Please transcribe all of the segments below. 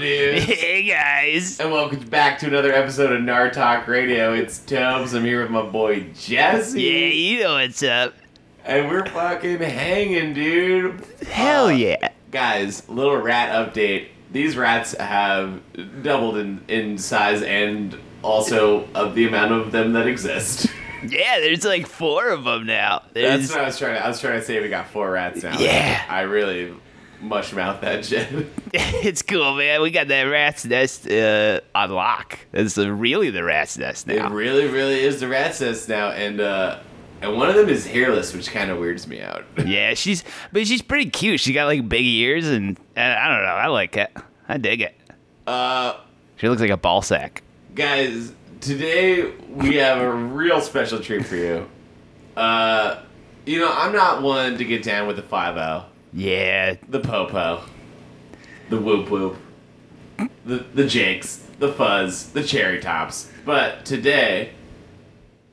dudes? Hey guys. And welcome back to another episode of Nar Talk Radio. It's Tubbs. I'm here with my boy Jesse. Yeah, you know what's up. And we're fucking hanging, dude. Hell Uh, yeah. Guys, little rat update. These rats have doubled in, in size and also of the amount of them that exist. Yeah, there's like four of them now. There's That's what I was trying to I was trying to say we got four rats now. Yeah. I really mush mouth that shit. it's cool, man. We got that rat's nest uh, on lock. It's the- really the rat's nest It now. really, really is the rat's nest now, and uh and one of them is hairless, which kind of weirds me out. yeah, she's but she's pretty cute. She got like big ears and uh, I don't know. I like it. I dig it. Uh, She looks like a ball sack. guys, today we have a real special treat for you. Uh, you know, I'm not one to get down with the five O, Yeah, the popo, the whoop whoop, the the jakes, the fuzz, the cherry tops. But today,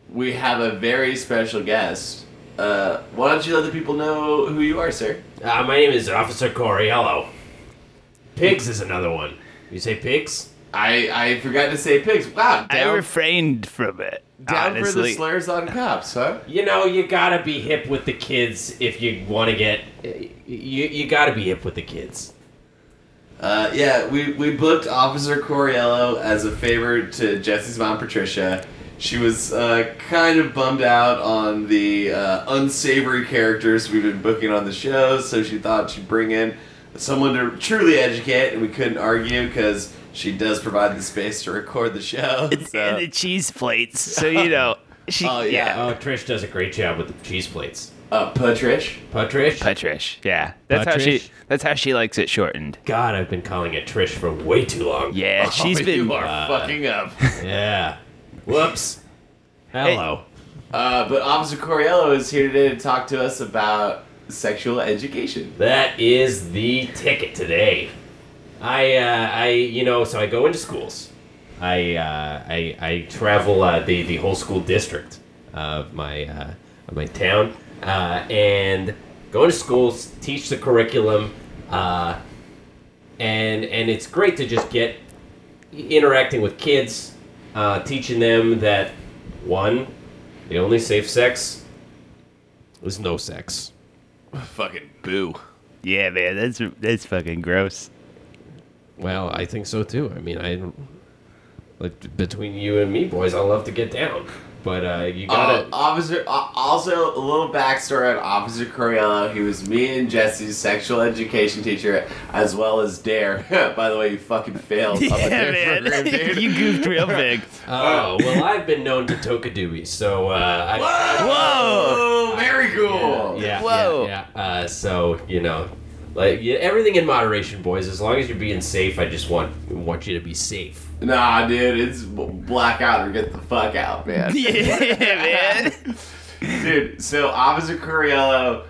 we have a very special guest. Uh, why don't you let the people know who you are, sir? Uh, my name is Officer Corey. Hello. Pigs is another one. You say pigs? I I forgot to say pigs. Wow, I down, refrained from it. down for the honestly. slurs on cops, huh? You know, you gotta be hip with the kids if you want to get. You you gotta be hip with the kids. Uh, yeah, we, we booked Officer Coriello as a favor to Jesse's mom, Patricia. She was uh, kind of bummed out on the uh, unsavory characters we've been booking on the show, so she thought she'd bring in someone to truly educate, and we couldn't argue because she does provide the space to record the show. and the So. cheese plates. So you know, she Oh, yeah. yeah. Oh, Trish does a great job with the cheese plates. Uh, Patrish? Huh, Trish? Oh. Patrish. Yeah, that's how she. Patrish? That's how she likes it shortened. God, I've been calling it Trish for way too long. Yeah, she's oh, been. uh, You are fucking up. Yeah. Whoops. Hello. Uh, but Officer Coriello is here today to talk to us about sexual education. That is the ticket today. I, uh, I, you know, so I go into schools. I, uh, I, I travel uh, the the whole school district of my uh, of my town, uh, and go into schools, teach the curriculum, uh, and and it's great to just get interacting with kids, uh, teaching them that one, the only safe sex is no sex. Fucking boo. Yeah, man, that's that's fucking gross. Well, I think so too. I mean, I like between you and me, boys, I love to get down, but uh, you Uh, gotta. Officer. Uh, also, a little backstory on Officer Coriello. He was me and Jesse's sexual education teacher, as well as Dare. By the way, you fucking failed. on the Yeah, Dare man, program, dude. you goofed real big. oh well, I've been known to toke a doobie, so uh, I, Whoa! Whoa! Oh, Very cool. yeah, Whoa. yeah, yeah. Uh, so you know, like yeah, everything in moderation, boys. As long as you're being safe, I just want want you to be safe. Nah, dude, it's black out or get the fuck out, man. Yeah, man. Dude, so Officer Coriello,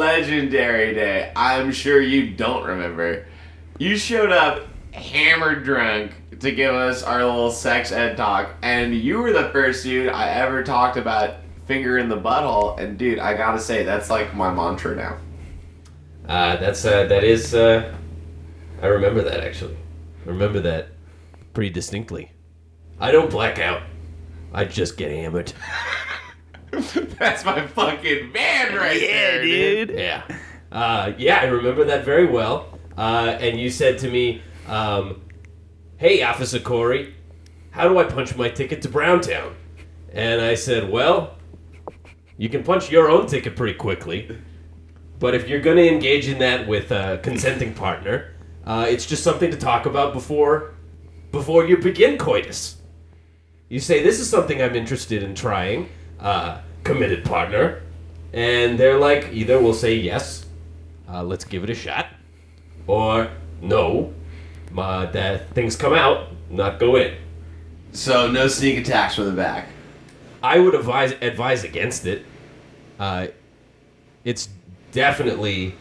legendary day. I'm sure you don't remember. You showed up hammered drunk to give us our little sex ed talk, and you were the first dude I ever talked about finger in the butthole. And dude, I gotta say, that's like my mantra now. Uh, that's uh, that is. Uh, I remember that actually. I remember that pretty distinctly. I don't black out. I just get hammered. That's my fucking man right Yeah, there, dude. Yeah. Uh, yeah, I remember that very well. Uh, and you said to me, um, Hey, Officer Corey, how do I punch my ticket to Browntown? And I said, Well, you can punch your own ticket pretty quickly. But if you're going to engage in that with a consenting partner, uh, it's just something to talk about before before you begin coitus. You say, This is something I'm interested in trying, uh, committed partner. And they're like, either we'll say yes, uh, let's give it a shot, or no, my, that things come out, not go in. So no sneak attacks from the back. I would advise advise against it. Uh, it's definitely,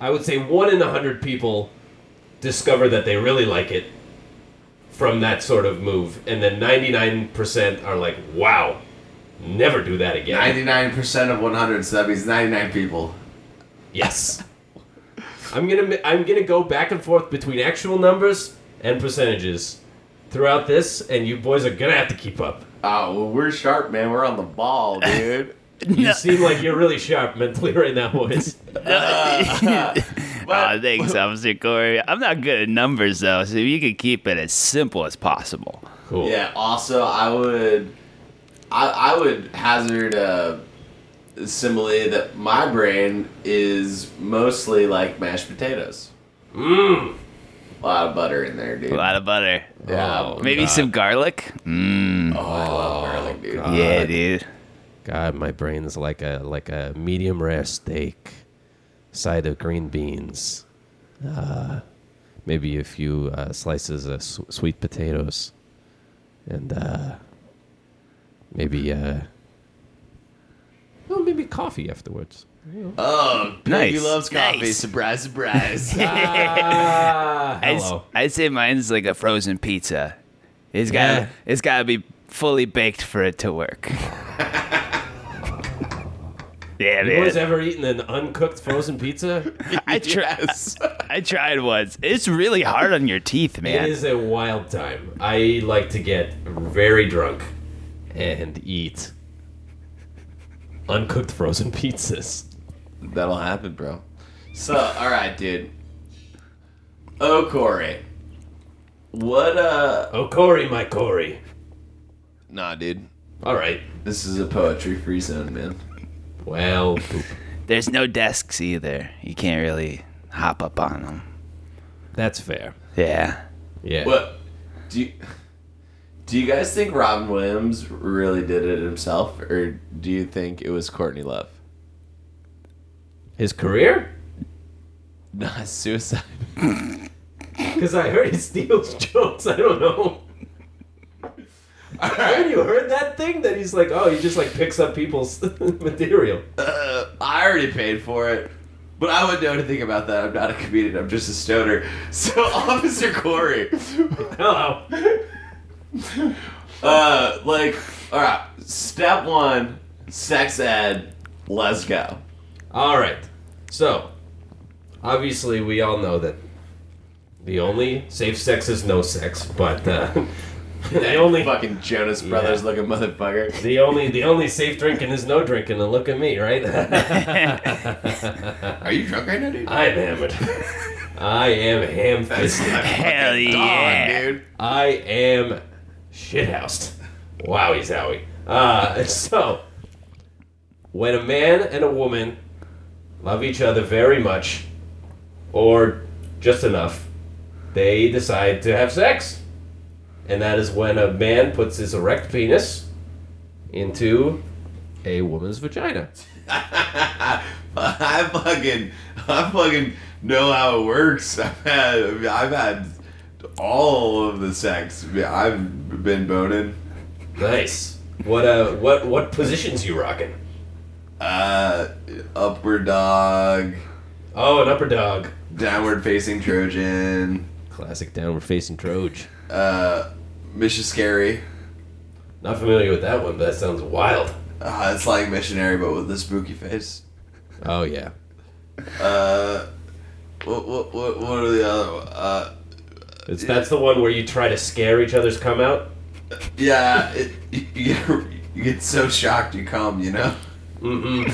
I would say, one in a hundred people discover that they really like it from that sort of move, and then ninety nine percent are like, "Wow, never do that again." Ninety-nine percent of one hundred, so that means ninety-nine people. Yes. I'm gonna mi- I'm gonna go back and forth between actual numbers and percentages throughout this, and you boys are gonna have to keep up. Oh, well, we're sharp, man. We're on the ball, dude. You seem like you're really sharp mentally right now, boys. Aw, thanks, Officer Corey. I'm not good at numbers though, so you can keep it as simple as possible. Cool. Yeah. Also, I would, I, I would hazard a simile that my brain is mostly like mashed potatoes. Mmm. A lot of butter in there, dude. A lot of butter. yeah. Oh, Maybe God. some garlic. Mmm. Oh, I love garlic, dude. God. yeah, dude. God, my brain's like a like a medium rare steak, side of green beans, uh, maybe a few uh, slices of s- sweet potatoes, and uh, maybe uh, well, maybe coffee afterwards. Oh, nice. Nice. He loves coffee. Nice. Surprise, surprise. I'd, s- Uh, hello. I'd say mine's like a frozen pizza. It's got Yeah. to it's got to be fully baked for it to work. yeah, You boys man. ever eaten an uncooked frozen pizza? I tried. Yes. I tried once. It's really hard on your teeth, It man. is a wild time. I like to get very drunk and eat uncooked frozen pizzas. That'll happen, bro. So, all right, dude. Oh, Corey. What, uh. Oh, Corey, my Corey. Nah, dude. All right. This is a poetry free zone, man. Well, There's no desks either. You can't really hop up on them. that's fair. Yeah. Yeah. What? Do you. Do you guys think Robin Williams really did it himself, or do you think it was Courtney Love? His career? Nah, suicide. Because I heard he steals jokes. I don't know. I heard you heard that thing that he's like, oh, he just like picks up people's material. Uh, I already paid for it. But I wouldn't know anything about that. I'm not a comedian. I'm just a stoner. So, Officer Corey, Hello. uh, like, all right. Step one, sex ed. Let's go. All right. So, obviously, we all know that the only safe sex is no sex, but uh, the only fucking Jonas Brothers looking motherfucker. the only the only safe drinking is no drinking. And look at me, right? Are you drunk right now, dude? I'm hammered. I am ham fisted. Hell Fucking dog, yeah. dude. I am shithoused. Wowie zowie. Uh, so, when a man and a woman love each other very much, or just enough, they decide to have sex. And that is when a man puts his erect penis into a woman's vagina. I fucking, I fucking know how it works. I've had, I've had all of the sex. I've been boning. Nice. What uh, what what positions you rocking? Uh, upward dog, Oh, an upper dog. downward facing Trojan. Classic downward facing Trojan. Uh, Mission Scary. Not familiar with that one, but that sounds wild. Uh, it's like missionary, but with a spooky face. Oh yeah. Uh, what, what, what, what are the other? one? Uh, It's, that's the one where you try to scare each other's come out. yeah, it, you, get, you get so shocked you come, you know.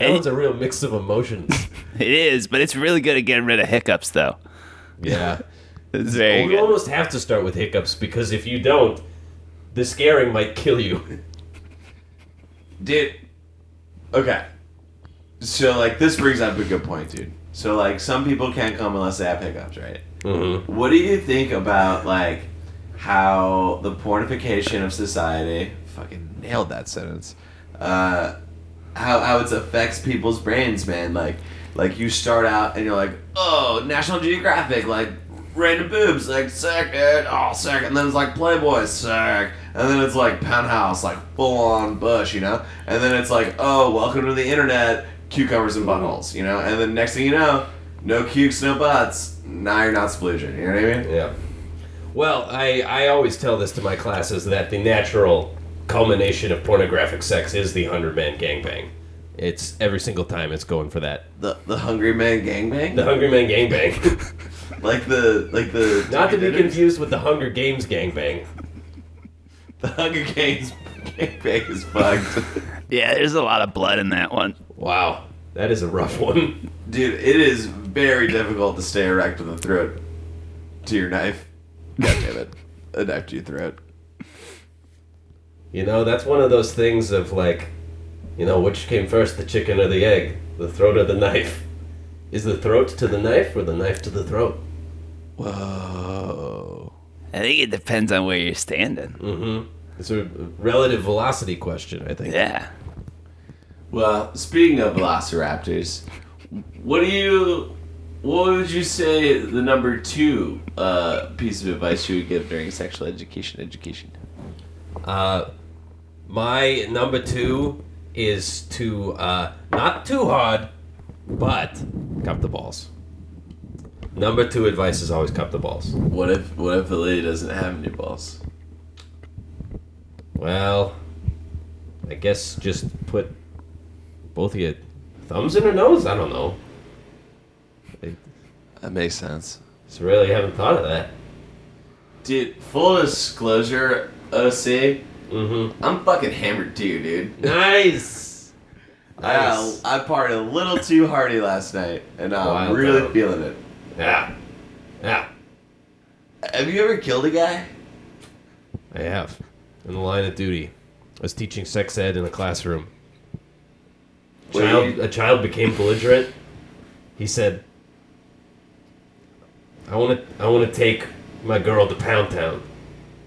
That one's a real mix of emotions. It is, but it's really good at getting rid of hiccups, though. Yeah. It's very we good. almost have to start with hiccups because if you don't, the scaring might kill you. Dude. Okay. So like this brings up a good point, dude. So like some people can't come unless they have hiccups, right? Mm-hmm. What do you think about like how the pornification of society fucking nailed that sentence? Uh, how how it affects people's brains, man? Like like you start out and you're like, oh, National Geographic, like random boobs, like sick, dude, oh sick, and then it's like Playboy, sick, and then it's like Penthouse, like full on bush, you know, and then it's like, oh, welcome to the internet, cucumbers and buttholes, you know, and then next thing you know. No cukes, no butts. Now you're not splooging. You know what I mean? Yeah. Well, I, I always tell this to my classes that the natural culmination of pornographic sex is the hundred man gangbang. It's every single time it's going for that. The the Hungry Man gangbang? The Hungry Man Gangbang. Like the like the Not to be Dinners? confused with the Hunger Games Gangbang. The Hunger Games gangbang is fucked. Yeah, there's a lot of blood in that one. Wow, that is a rough one. Dude, it is very difficult to stay erect with a throat to your knife. God damn it. A knife to your throat. You know, that's one of those things of like, you know, which came first, the chicken or the egg? The throat or the knife? Is the throat to the knife or the knife to the throat? Whoa. I think it depends on where you're Mm. standing. It's a relative velocity question, I think. Yeah. Well, speaking of velociraptors, what do you. What would you say the number two uh, piece of advice you would give during sexual education? Education. Uh, my number two is to uh, not too hard, but cup the balls. Number two advice is always cup the balls. What if what if the lady doesn't have any balls? Well, I guess just put both of your thumbs in her nose. I don't know. I That makes sense. just really haven't thought of that. Dude, full disclosure, OC, Mm-hmm. I'm fucking hammered too, dude. Nice. I, uh, Nice. I partied a little too hardy last night, and uh, I'm Wild really out. feeling it. Yeah. Yeah. Have you ever killed a guy? I have. In the line of duty, I was teaching sex ed in a classroom. Were Child, you- a child became belligerent. He said, "I want to, I want to take my girl to Pound Town,"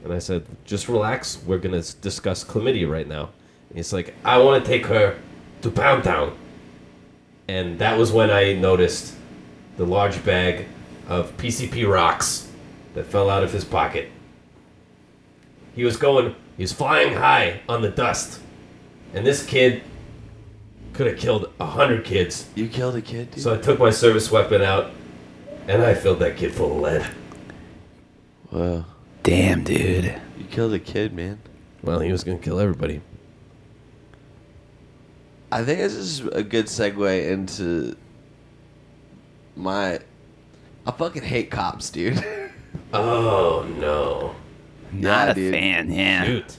and I said, "Just relax. We're gonna s- discuss chlamydia right now." And he's like, "I want to take her to Pound Town," and that was when I noticed the large bag of PCP rocks that fell out of his pocket. He was going, he was flying high on the dust. And this kid could have killed a hundred kids. You killed a kid, dude? So I took my service weapon out and I filled that kid full of lead. Wow. Damn, dude. You killed a kid, man. Well, he was going to kill everybody. I think this is a good segue into my. I fucking hate cops, dude. Oh, no. Not Nah, a dude. fan, yeah. Shoot.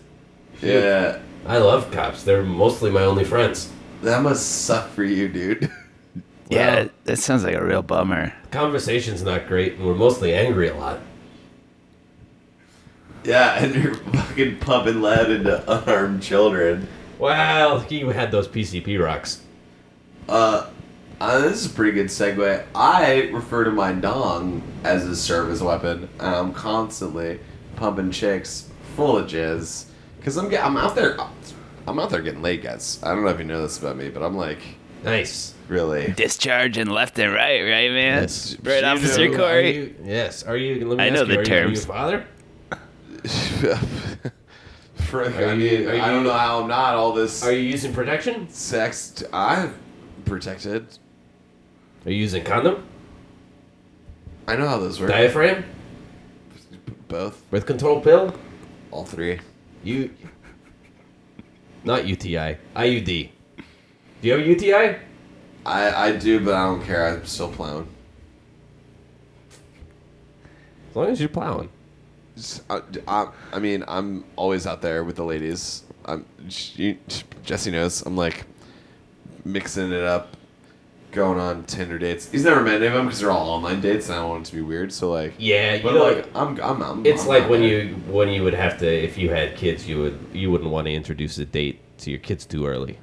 yeah. I love cops. They're mostly my only friends. That must suck for you, dude. yeah, Wow. that sounds like a real bummer. Conversation's not great and we're mostly angry a lot. yeah, and you're fucking pumping lead into unarmed children. Well, he had those PCP rocks. Uh, uh, this is a pretty good segue. I refer to my dong as a service weapon, and I'm constantly pumping chicks full of jizz because I'm get, I'm out there I'm out there getting laid, guys. I don't know if you know this about me, but I'm like Nice. really. Discharging left and right, right, man? Yes. Right, You Officer know, Are Corey? you, yes. Are you? Let me I ask know you, the are You, are you terms. a father? For, Are I you- mean, are I you- don't know how I'm not all this Are you using protection? sex. T- I'm protected. Are you using condom? I know how those work. Diaphragm? Both, Birth control pill? all three. You. Not UTI. IUD. Do you have a UTI? I I do, but I don't care. I'm still plowing. As long as you're plowing. Just- I, I, I mean, I'm always out there with the ladies. I'm, she, Jesse knows. I'm like mixing it up, going on Tinder dates. He's never met any of them because they're all online dates, and I don't want it to be weird. So like, Yeah, you but know, like, I'm, I'm, I'm it's I'm like out when there. you when you would have to if you had kids you would you wouldn't want to introduce a date to your kids too early.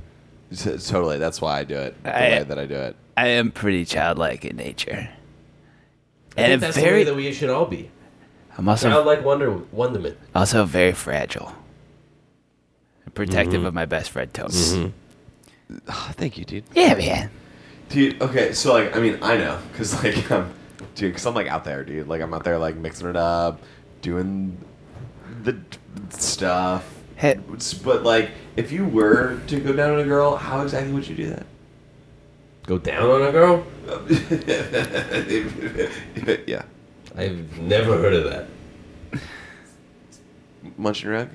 T- totally. That's why I do it. The I- way that I do it. I am pretty childlike in nature. I think And I'm that's the way very, that we should all be. I'm also, Childlike wonder wonderment. also very fragile. I'm protective of my best friend, Tony. Oh, thank you, dude. Yeah, man. Dude, okay, so like, I mean, I know, cause like, I'm, dude, cause I'm like out there, dude. Like, I'm out there, like mixing it up, doing the d- stuff. Hey, It's- But like, if you were to go down on a girl, how exactly would you do Go down on a girl? that? yeah, I've never heard of that. munching rug,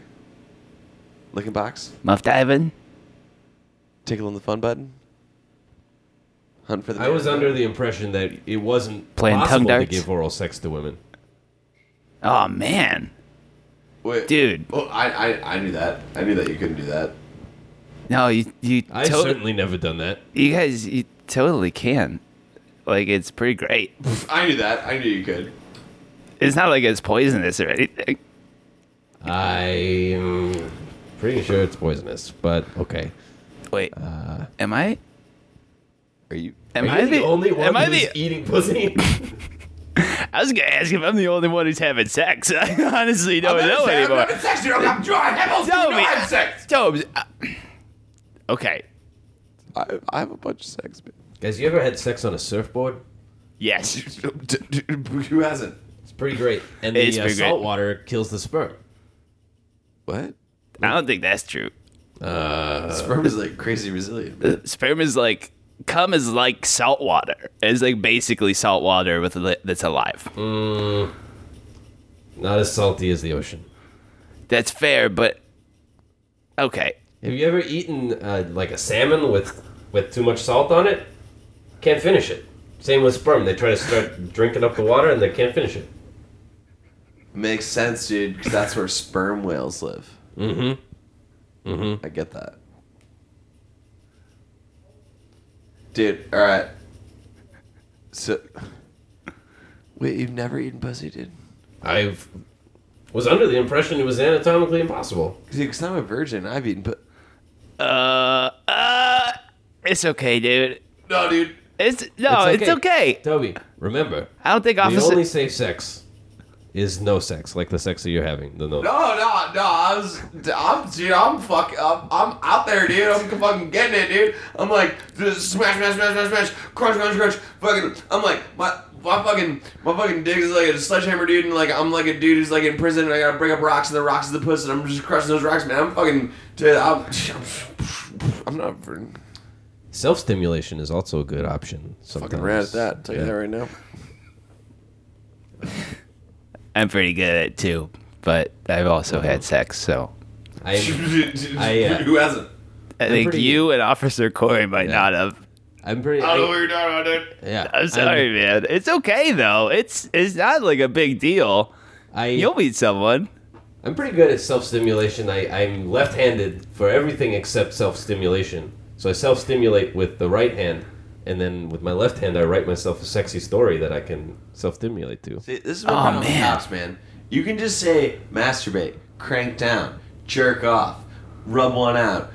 licking box, Muff diving? tickling the fun button. Hunt for the. I was Damned. under the impression that it wasn't Playing tongue possible to darts? give oral sex to women. Oh man, Wait, dude. Well, I, I I knew that. I knew that you couldn't do that. No, you you I totally certainly never done that. you guys you totally can. Like it's pretty great. I knew that. I knew you could. It's not like it's poisonous or anything. I'm pretty sure it's poisonous, but okay. Wait, am I? Are you? Am Uh, Are I you the, only one Am I who's the? eating pussy? I was gonna ask if I'm the only one who's having sex. I honestly don't know anymore. sex. You don't have dry heavens. Tell me, Tobes. uh, okay. I, I have a bunch of sex. Guys, you ever had sex on a surfboard? Yes. Who hasn't? It's pretty great. And It's the uh, pretty great. salt water kills the sperm. What? I don't think that's true. Uh, Sperm is like crazy resilient. man. Sperm is like cum is like salt water. It's like basically salt water with li- that's alive. Not as salty as the ocean. That's fair, but okay. Have you ever eaten uh, like a salmon with with too much salt on it? Can't finish it. Same with sperm. They try to start drinking up the water and they can't finish it. Makes sense, dude. 'cause that's where sperm whales live. Mm-hmm. Mm-hmm. I get that, dude. All right. So, wait, you've never eaten pussy, dude? I was under the impression it was anatomically impossible. Because I'm a virgin. I've eaten but Uh, uh, it's okay, dude. No, dude. It's no, Oh, it's okay. Toby, remember I don't think the officer. only safe sex is no sex, like the sex that you're having. The No, no. no, no. I was, I'm, dude. I'm fuck. I'm, I'm out there, dude. I'm fucking getting it, dude. I'm like, just smash, smash, smash, smash, smash, crunch, crunch, crunch. Fucking. I'm like, my, my fucking, my fucking dick is like a sledgehammer, dude. And like, I'm like a dude who's like in prison, and I gotta bring up rocks, and the rocks is the puss, and I'm just crushing those rocks, man. I'm fucking, dude. I'm, I'm not fucking Self stimulation is also a good option. Sometimes. rad at that. Tell you that right now. I'm pretty good at it too, but I've also had sex, so I'm, I, uh, Who hasn't? I think pretty- you and Officer Corey might not have. I'm pretty. I don't know I, what you're talking about, dude. yeah, I'm sorry, man. It's okay though. It's it's not like a big deal. I, You'll meet someone. I'm pretty good at self stimulation. I'm left handed for everything except self stimulation. So I self stimulate with the right hand, and then with my left hand, I write myself a sexy story that I can self stimulate to. See, this is what Aw, kind Oh, man. man. Cops, man. You can just say masturbate, crank down, jerk off, rub one out,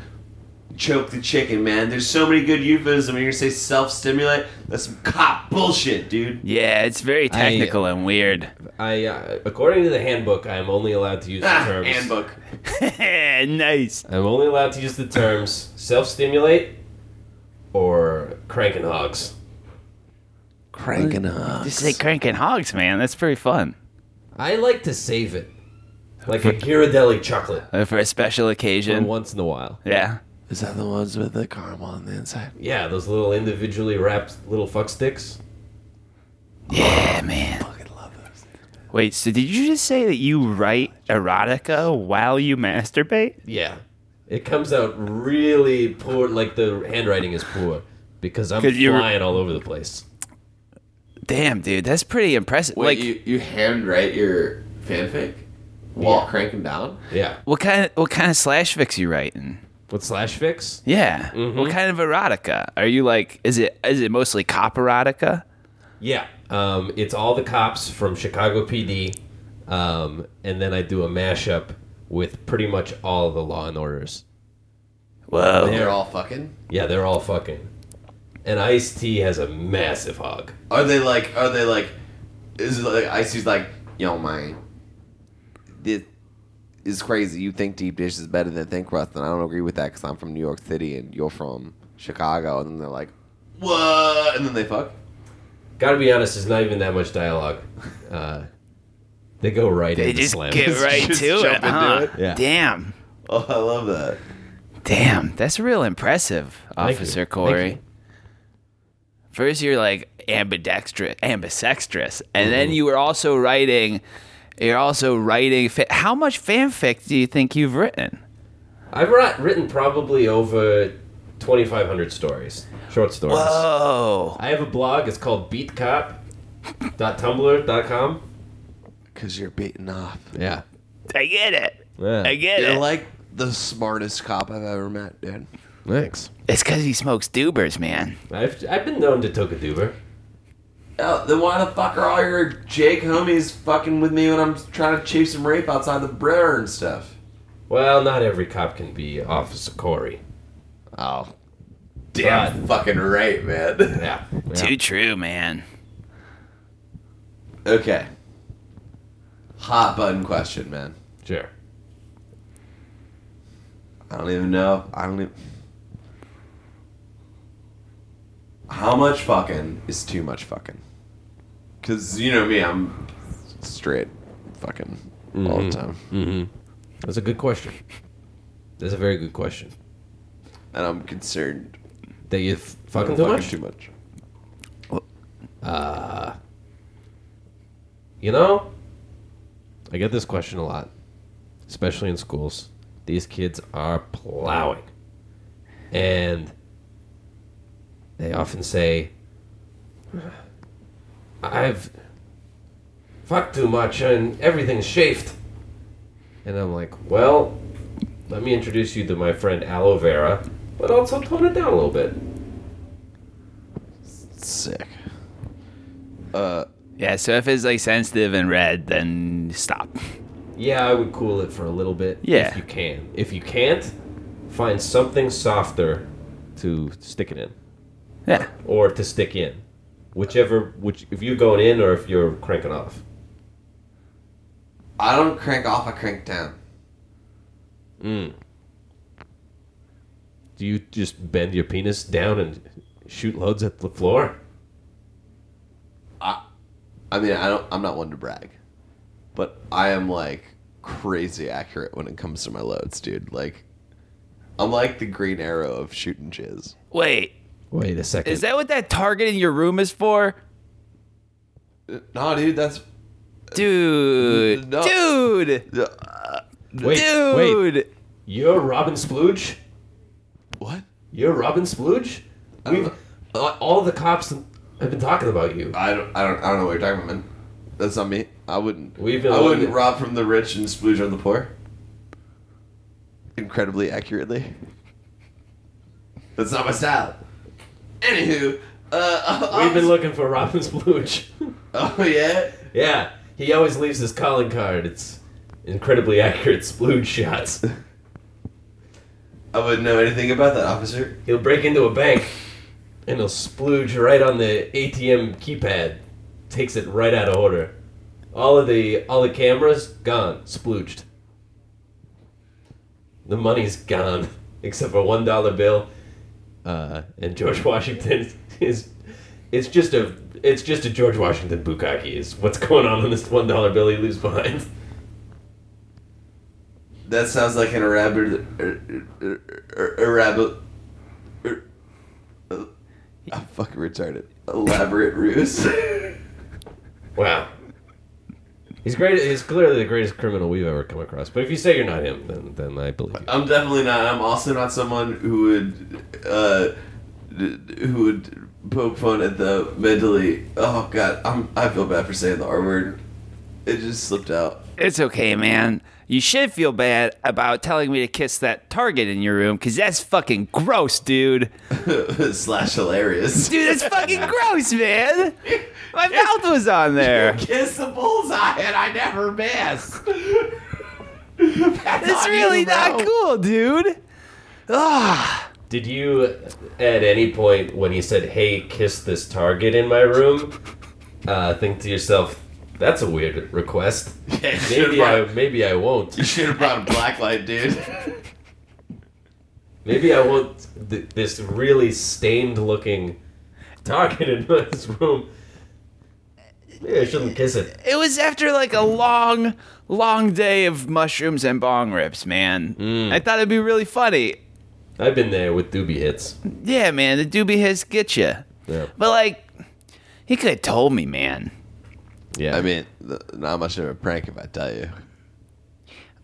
choke the chicken, man. There's so many good euphemisms. You're gonna say self-stimulate. That's some cop bullshit, dude. Yeah, it's very technical and weird. I, uh, according to the handbook, I am only allowed to use the Ah, terms. handbook. nice. I'm only allowed to use the terms self stimulate or cranking hogs. Cranking up. Just say cranking hogs, man. That's pretty fun. I like to save it, like a Ghirardelli chocolate, Uh, For a special and occasion. once in a while. yeah. Is that the ones with the caramel on the inside? Yeah, those little individually wrapped little fuck sticks. Yeah, man. Fucking love those. Wait, so did you just say that you write erotica while you masturbate? Yeah. It comes out really poor, like the handwriting is poor because I'm 'Cause you're- flying all over the place. Damn, dude, that's pretty impressive. Wait, like, you you handwrite your fanfic while Yeah. cranking down? Yeah. what kind of what kind of slash fix you writing? With slash fix? Yeah. What kind of erotica are you like? Is it is it mostly cop erotica? Yeah. Um, it's all the cops from Chicago PD. Um, and then I do a mashup with pretty much all the law and orders. Whoa. They're all fucking. Yeah, they're all fucking. And Ice T has a massive hog. Are they like? Are they like? Is it like Icy's like? Yo, man, this is crazy. You think deep dish is better than thin crust, and I don't agree with that because I'm from New York City and you're from Chicago. And then they're like, what? And then they fuck. Gotta be honest, there's not even that much dialogue. Uh, they go right They into just slam. get right Just to jump it, into huh? it. Yeah. Damn. Oh, I love that. Damn, that's real impressive, Thank Officer you. Thank Corey. you. First, you're like ambidextrous, ambisextrous, and then you were also writing. You're also writing. Fa- How much fanfic do you think you've written? I've writ- written probably over 2,500 stories, short stories. Whoa. I have a blog. It's called beatcop.tumblr.com. Because you're beaten off. Yeah. I get it. yeah. I get You're it. like the smartest cop I've ever met, dude. Thanks. it's because he smokes doobers, man. I've, I've been known to toke a duber. Oh, then why the fuck are all your Jake homies fucking with me when I'm trying to chase some rape outside the bar and stuff? Well, not every cop can be Officer Corey. Oh. Damn fucking right, man. Yeah. yeah. Too true, man. okay. Hot button question, man. Sure. I don't even know. I don't even. How much fucking is too much fucking? Because you know me, I'm straight fucking all the time. Mm-hmm. That's a good question. That's a very good question. And I'm concerned. That you f- fucking I'm too much? Too much. You know, I get this question a lot, especially in schools. These kids are plowing. And they often say, I've fucked too much and everything's chafed. And I'm like, well, let me introduce you to my friend Aloe Vera, but also tone it down a little bit. Sick. Uh, Yeah, so if it's like sensitive and red, then stop. Yeah, I would cool it for a little bit. Yeah. If you can. If you can't, find something softer to stick it in. Yeah. Or to stick in. Whichever which if you're going in or if you're cranking off. I don't crank off. I crank down. Do you just bend your penis down and shoot loads at the floor? I mean, I don't. I'm not one to brag, but I am like crazy accurate when it comes to my loads, dude. Like, I'm like the Green Arrow of shooting jizz. Wait, Wait a second. is that what that target in your room is for? Uh, Nah, dude, that's Dude. No. Dude. wait, Dude. wait. You're Robin Splooge? what. You're Robin Splooge? Uh, We've uh, all the cops have been talking about uh, you. I don't, I don't, I don't know what you're talking about, man. That's not me. I wouldn't. We've been I wouldn't looking- rob from the rich and splooge on the poor. Incredibly accurately. That's not my style. Anywho, uh, We've been looking for Robin Splooge. Oh yeah. Yeah, he always leaves his calling card. It's incredibly accurate splood shots. I wouldn't know anything about that, officer. He'll break into a bank and he'll splooge right on the ATM keypad. Takes it right out of order. All of the all the cameras gone, splooged. The money's gone, except for one dollar bill. Uh, and George Washington is it's just a it's just a George Washington bukkake is what's going on on this one dollar bill he leaves behind. That sounds like an irabid, ir, ir, ir, irabid, ir, uh, I'm fucking retarded. Elaborate ruse. Wow. He's great. He's clearly the greatest criminal we've ever come across. But if you say you're not him, then then I believe you. I'm definitely not. I'm also not someone who would, uh, d- who would poke fun at the mentally. Oh God, I'm. I feel bad for saying the R word. It just slipped out. It's okay, man. You should feel bad about telling me to kiss that target in your room because that's fucking gross, dude. Slash hilarious. Dude, that's fucking gross, man. My mouth was on there. Kiss the bullseye, and I never miss. That's, That's on really you, bro. not cool, dude. Ah, Did you, at any point when he said, "Hey, kiss this target in my room," uh, think to yourself, "That's a weird request. Yeah, you should've Maybe I brought, maybe I won't. you should have brought a blacklight, dude. Maybe I won't." Th- this really stained-looking target in this room. Maybe I shouldn't kiss it. it was after like a long, long day of mushrooms and bong rips, man. I thought it'd be really funny. I've been there with doobie hits. Yeah, man, the doobie hits get you. Yeah. But like, he could have told me, man. Yeah. I mean, th- not much of a prank if I tell you.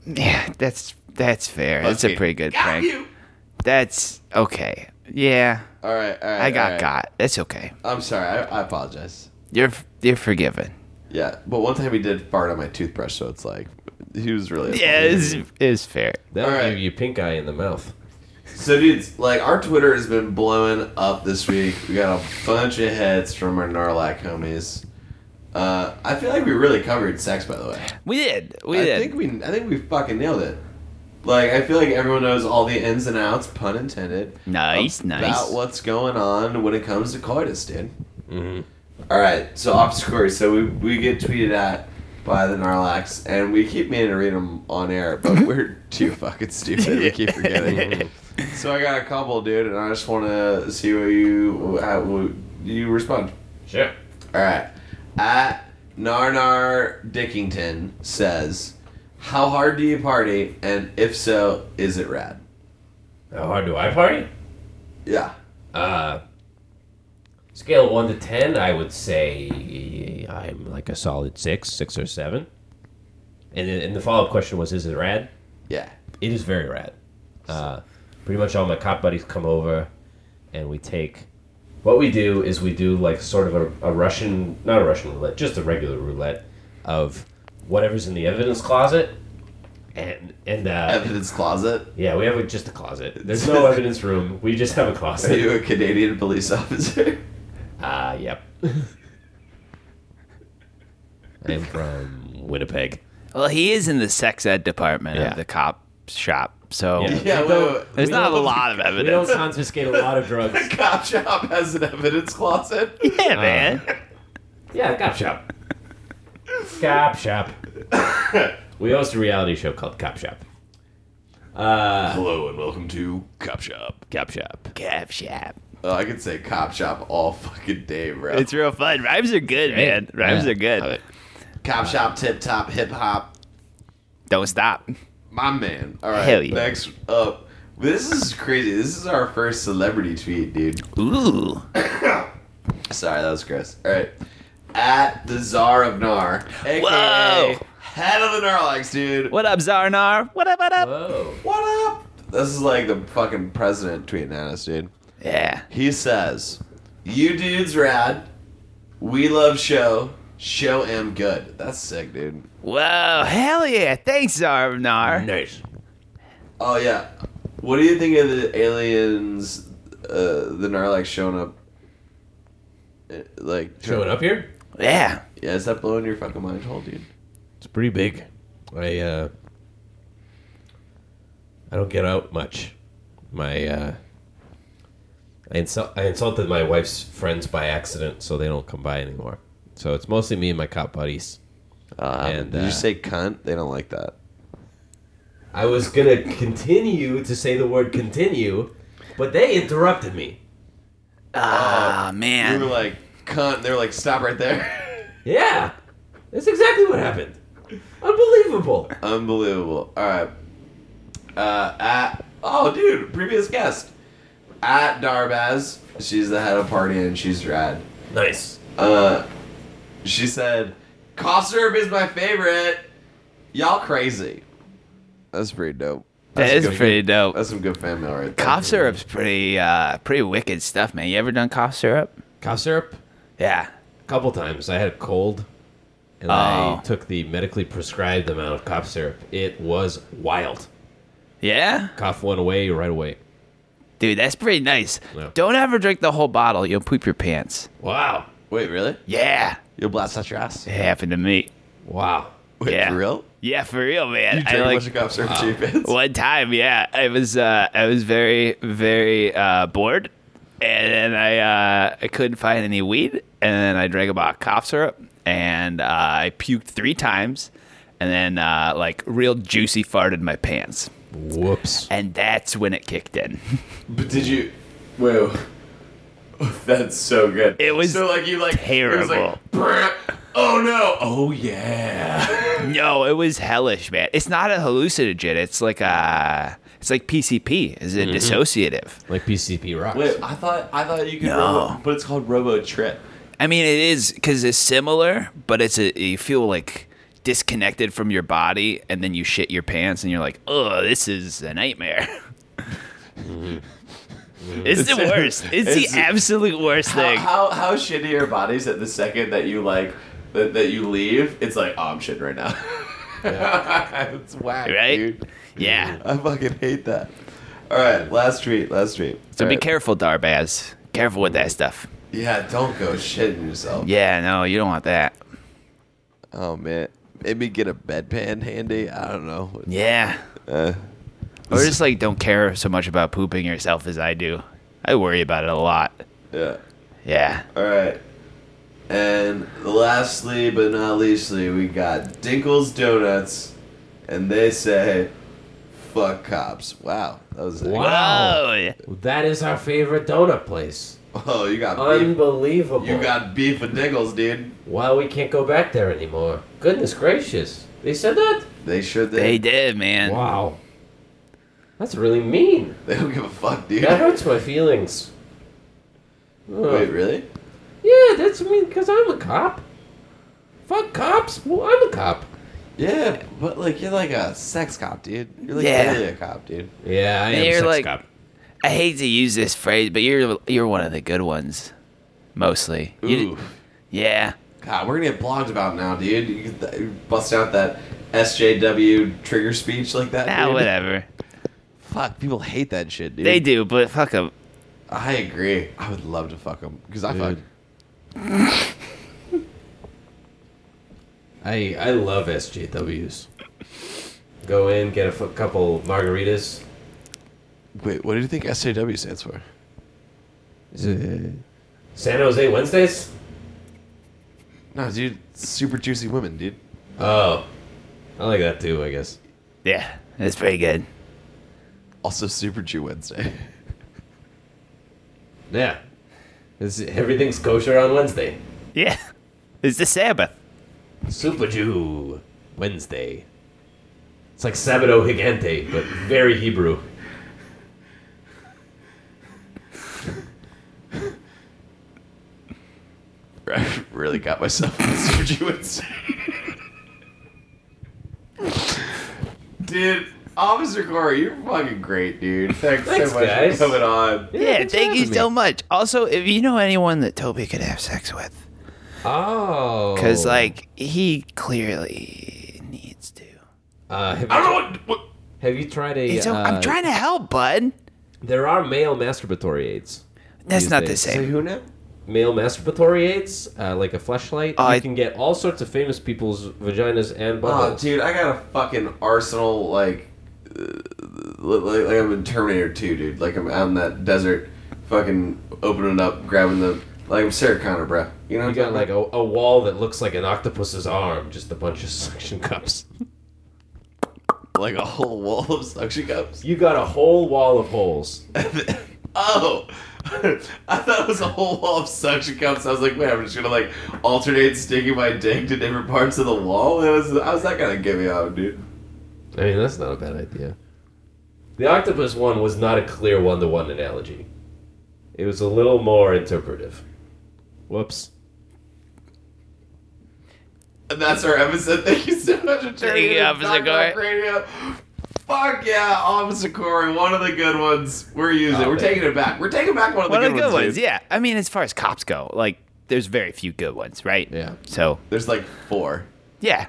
Yeah, that's that's fair. That's a Okay. pretty good prank. That's okay. Yeah, All right, all right. I got all right. got. It's okay. I'm sorry. I, I apologize. You're you're forgiven. Yeah, but one time he did fart on my toothbrush, so it's like he was really. Yeah, it's, it's fair. That'll All right. give you pink eye in the mouth. So, dudes, like our Twitter has been blowing up this week. We got a bunch of heads from our Narlac homies. Uh, I feel like we really covered sex, by the way. We did. We I did. think we I think we fucking nailed it. Like I feel like everyone knows all the ins and outs, pun intended. Nice, about nice. what's going on when it comes to coitus, dude. Mm-hmm. All right, so officer Corey. So we, we get tweeted at by the Narlax, and we keep meaning to read them on air, but we're too fucking stupid. We keep forgetting. so I got a couple, dude, and I just want to see what you how you respond. Sure. All right, at Narnar Dickington says, "How hard do you party? And if so, is it rad?" How hard do I party? Yeah. Uh, scale of one to ten, I would say I'm like a solid six, six or seven. And then, and the follow up question was, is it rad? Yeah. It is very rad. Uh, pretty much all my cop buddies come over, and we take. What we do is we do like sort of a, a Russian, not a Russian roulette, just a regular roulette of whatever's in the evidence closet, and and uh, Evidence closet. yeah, we have a, just a closet. There's no evidence room. We just have a Are closet. you a Canadian police officer? Ah, yep. I am from Winnipeg. well, he is in the sex ed department Yeah. of the cop shop, so Oh, Yeah. Yeah. We wait, don't- wait, wait. there's We not a don't- lot of We don't evidence. confiscate a lot of drugs. cop shop has an evidence closet. Yeah, man. Yeah, cop shop. cop shop. we host a reality show called Cop Shop. Uh, Hello and welcome to Cop Shop. cop Shop. Cap shop. Oh, I could say Cop Shop all fucking day, bro. It's real fun. Rhymes are good, man. Rhymes Yeah. are good. Love it. Cop Shop, Tip Top, Hip Hop, Don't stop. my man. All right, Hell yeah. next up. This is crazy. This is our first celebrity tweet, dude. Ooh. Sorry, that was gross. All right, at the Czar of Nar, aka Whoa. head of the Narlax, dude. What up, Zarnar? What up, what up? Whoa. What up? This is like the fucking president tweeting at us, dude. Yeah. He says, "You dudes rad. We love show. Show am good. That's sick, dude. Whoa. Hell yeah. Thanks, Zarnar. Nice. Oh yeah. What do you think of the aliens, uh, the Narlax showing up? Uh, Like Showing up here? Yeah. Yeah, is that blowing your fucking mind hole, dude? It's pretty big. I uh, I don't get out much. My uh, I, insult- I insulted my wife's friends by accident, so they don't come by anymore. So it's mostly me and my cop buddies. Um, And, did uh, you say cunt? They don't like that. I was gonna continue to say the word continue, but they interrupted me. Ah, You Uh, were man. like cunt. They were like, stop right there. Yeah, that's exactly what happened. Unbelievable. Unbelievable. All right. Uh, at oh, dude, previous guest at Darbaz. She's the head of party and she's rad. Nice. Uh, she said, "Cough syrup is my favorite. Y'all crazy." That's pretty dope. That That's is good- pretty dope. That's some good fan mail right there. Cough syrup's pretty, uh, pretty wicked stuff, man. You ever done cough syrup? Cough syrup. Yeah. couple times. I had a cold, and Oh. I took the medically prescribed amount of cough syrup. It was wild. Yeah? Cough went away right away. Dude, that's pretty nice. Yeah. Don't ever drink the whole bottle. You'll poop your pants. Wow. Wait, really? Yeah. You'll blast out your ass? It happened to me. Wow. Wait, Yeah. for real? Yeah, for real, man. You I drank a like bunch of cough syrup to your pants? one time, yeah. I was uh I was very, very uh bored and then I uh I couldn't find any weed and then I drank about cough syrup and uh, I puked three times and then uh like real juicy farted my pants. Whoops. And that's when it kicked in. But did you? Whoa. That's so good. It was so like you like It terrible. was like, "Brr, oh no! Oh yeah! No, it was hellish, man. It's not a hallucinogen. It's like a, it's like PCP. Is it dissociative? Like PCP rocks. Wait, I thought I thought you could. No. Robo, but it's called Robo Trip. I mean, it is because it's similar, but it's a you feel like disconnected from your body, and then you shit your pants, and you're like, oh, this is a nightmare. It's the worst. It's, Mm-hmm. It's- the absolute worst How, thing. how how shitty your body's at the second that you like that, that you leave? It's like oh, I'm shitting right now. it's whack, Right? dude. Yeah. I fucking hate that. All right, last tweet, last tweet. So All be right. careful, Darbaz. Careful with that stuff. Yeah, don't go shitting yourself. Yeah, no, you don't want that. Oh man, maybe get a bedpan handy. I don't know. Yeah. Uh, Or just like don't care so much about pooping yourself as I do. I worry about it a lot. yeah. Yeah. All right. And lastly, but not leastly, we got Dinkle's Donuts, and they say, "Fuck cops." Wow, that was Wow. Whoa. That is our favorite donut place. Oh, you got beef. Unbelievable. You got beef with Dinkles, dude. Wow, we can't go back there anymore. Goodness gracious. They said that? They sure did. They They, did, man. Wow. That's really mean. don't give a fuck, dude. That hurts my feelings. Ugh. Wait, really? Yeah, that's mean because I'm a cop. Fuck cops. Well, I'm a cop. Yeah, but like you're like a sex cop, dude. You're like Yeah. really a cop, dude. Yeah, I am a You're sex like- cop. I hate to use this phrase, but you're you're one of the good ones, mostly. You- Ooh. yeah. God, we're gonna get blogged about now, dude. You could th- bust out that SJW trigger speech like that. Nah, dude. Ah, whatever. Fuck, people hate that shit, dude. They do, but fuck them. I agree. I would love to fuck them because I fuck. Dude. I I love SJWs. Go in, get a f- couple margaritas. Wait, what do you think SJW stands for? Is it? San Jose Wednesdays. No, dude. Super juicy women, dude. Oh, I like that too. I guess. Yeah, that's pretty good. Also, Super Jew Wednesday. Yeah. This everything's kosher on Wednesday. Yeah, it's the Sabbath. Super Jew Wednesday. It's like Sabado Gigante, but very Hebrew. I really got myself on Super Jew Wednesday. dude, Officer Corey, you're fucking great, dude. Thanks, Thanks, so much guys. for coming on. Yeah, thanks for thank you having so me. much. Also, if you know anyone that Toby could have sex with, Oh. because like he clearly needs to. Uh, have, you I don't know what. what have you tried a? It's o- uh, I'm trying to help, bud. There are male masturbatory aids. That's these not the days. same. who now? Male masturbatory aids, uh, like a flashlight. Oh, you I- can get all sorts of famous people's vaginas and Oh, buttholes. dude, I got a fucking arsenal like, uh, like, like I'm in Terminator 2, dude. Like I'm out in that desert, fucking opening up, grabbing the like I'm Sarah Connor, bro. You know, what you I'm got talking like about? a, a wall that looks like an octopus's arm, just a bunch of suction cups. like a whole wall of suction cups. You got a whole wall of holes. oh, I thought it was a whole wall of suction cups. I was like, wait, I'm just gonna like alternate sticking my dick to different parts of the wall. It was, how's that gonna get me out, dude? I mean, that's not a bad idea. The octopus one was not a clear one to one analogy, it was a little more interpretive. Whoops. And that's our episode. Thank you so much for Thank tuning you, in. to Officer Knock Knock Corey. Radio. Fuck yeah, Officer Corey, one of the good ones. We're using. Oh, We're man. taking it back. We're taking back one of the One good, of the good ones. ones. dude. Yeah, I mean, as far as cops go, like there's very few good ones, right? Yeah. So There's like four. yeah,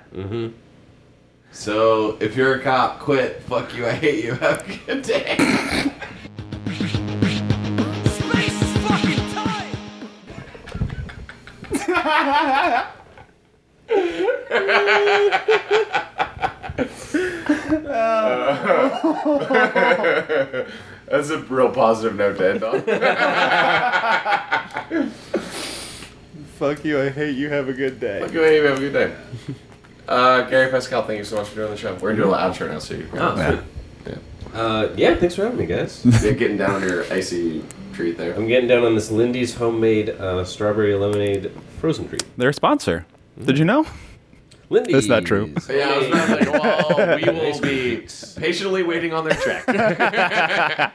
So if you're a cop, quit. Fuck you. I hate you. Have a good day. Space is fucking tight! That's a real positive note to end on. Fuck you, I hate you, have a good day. Fuck you. I hate you. Have a good day. Uh, Gary Pascal, thank you so much for doing the show. We're doing an outro now, so you can Oh, Yeah. Uh, yeah, thanks for having me, guys. You're getting down on your icy treat there. I'm getting down on this Lindy's homemade uh, strawberry lemonade frozen treat. They're a sponsor. Did you know? Lindy's. That's not true. Yeah, I was not like, well, we will be patiently waiting on their check. yeah,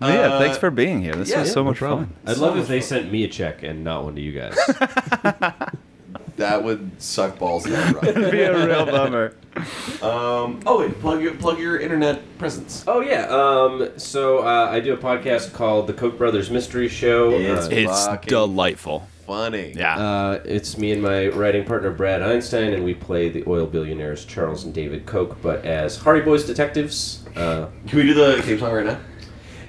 thanks uh, for being here. This yeah, was yeah, so no much fun. I'd love if they sent me a check and not one to you guys. that would suck balls. in the rock. Be a real bummer. Um, oh wait, plug your plug your internet presence. Oh yeah. Um, so uh, I do a podcast called The Koch Brothers Mystery Show. It's- uh, It's Fucking- delightful. Funny. Yeah. Uh, it's me and my writing partner Brad Einstein, and we play the oil billionaires Charles and David Koch, but as Hardy Boys detectives. Uh, Can we do the theme song right now?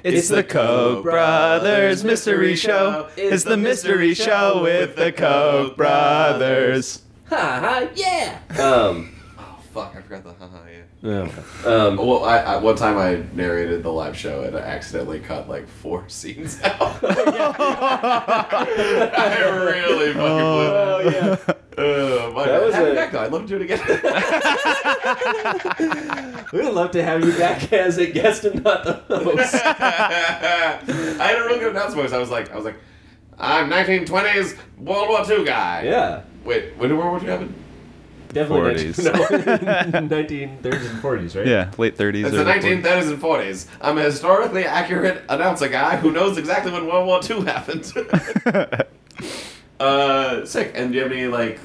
It's the Koch Brothers Mystery Show. It's the Mystery Show with the Koch Brothers. ha ha! Yeah. Um. Oh, fuck, I forgot the haha. Yeah. um Well, I, I, one time I narrated the live show and I accidentally cut like four scenes out. I really fucking oh yeah. blew it. Uh, my That bad. was Have me a- back, though. I'd love to do it again. We'd love to have you back as a guest and not the host. I had a real good announce voice. I was like, I was like, I'm 1920s World War II guy. yeah. Wait, when did World War II happen? Definitely 40s. 1930s and 40s, right? Yeah, late 30s. It's the 1930s and 40s. I'm a historically accurate announcer guy who knows exactly when World War II happened. uh, sick. And do you have any like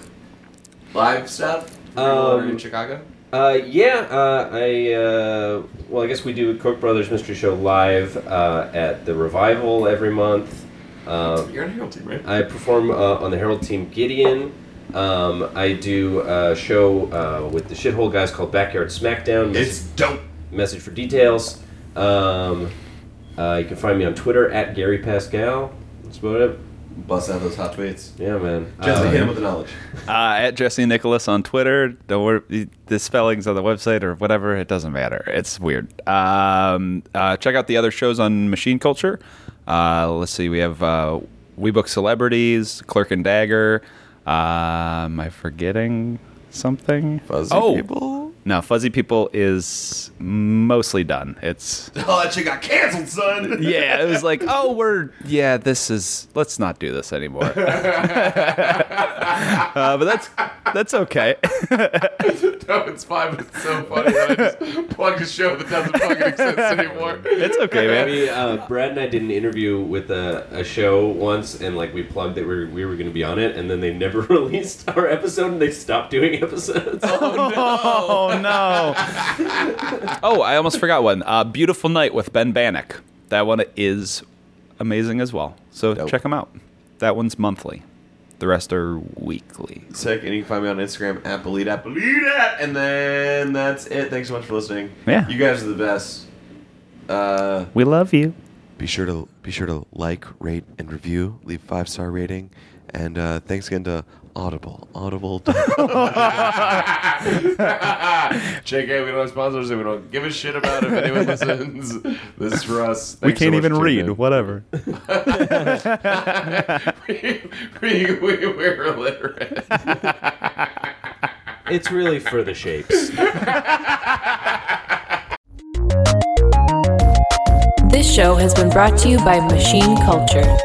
live stuff Um, You're in Chicago? Uh, yeah, uh, I, uh, well, I guess we do Koch Brothers Mystery Show live uh, at the Revival every month. Uh, You're in Herald team, right? I perform uh, on the Herald Team Gideon. Um, I do a show uh, with the Shithole guys called Backyard Smackdown. It's dope. message for details. Um, uh, you can find me on Twitter at Gary Pascal. That's about it. Bust out those hot tweets. Yeah, man. Just Uh, hit him with the knowledge. Uh, at Jesse Nicholas on Twitter. Don't worry, the spellings on the website or whatever. It doesn't matter. It's weird. Um, uh, check out the other shows on Machine Culture. Uh, let's see. We have uh, We Book Celebrities, Clerk and Dagger. Uh, am I forgetting something? Oh! Fuzzy People? No, Fuzzy People is mostly done. It's Oh, that shit got canceled, son. yeah, it was like, oh, we're yeah, this is let's not do this anymore. uh, but that's that's okay. no, it's fine, but it's so funny. when I just plug a show that doesn't fucking exist anymore. it's okay, man. we, uh, Brad and I did an interview with a, a show once, and like we plugged that we were, we were going to be on it, and then they never released our episode, and they stopped doing episodes. Oh no. oh, I almost forgot one. Uh, Beautiful night with Ben Bannock. That one is amazing as well. So check 'em Dope. check them out. That one's monthly. The rest are weekly. Sick, and you can find me on Instagram at Believe at Believe at, and then that's it. Thanks so much for listening. Yeah. you guys are the best. Uh, We love you. be sure to be sure to like, rate, and review. Leave five star rating, and uh, thanks again to Audible. Audible. JK, we don't have sponsors, and we don't give a shit about if anyone listens. This is for us. Thanks so much for tuning in. Whatever. we, we, we, we're illiterate. it's really for the shapes. This show has been brought to you by Machine Culture.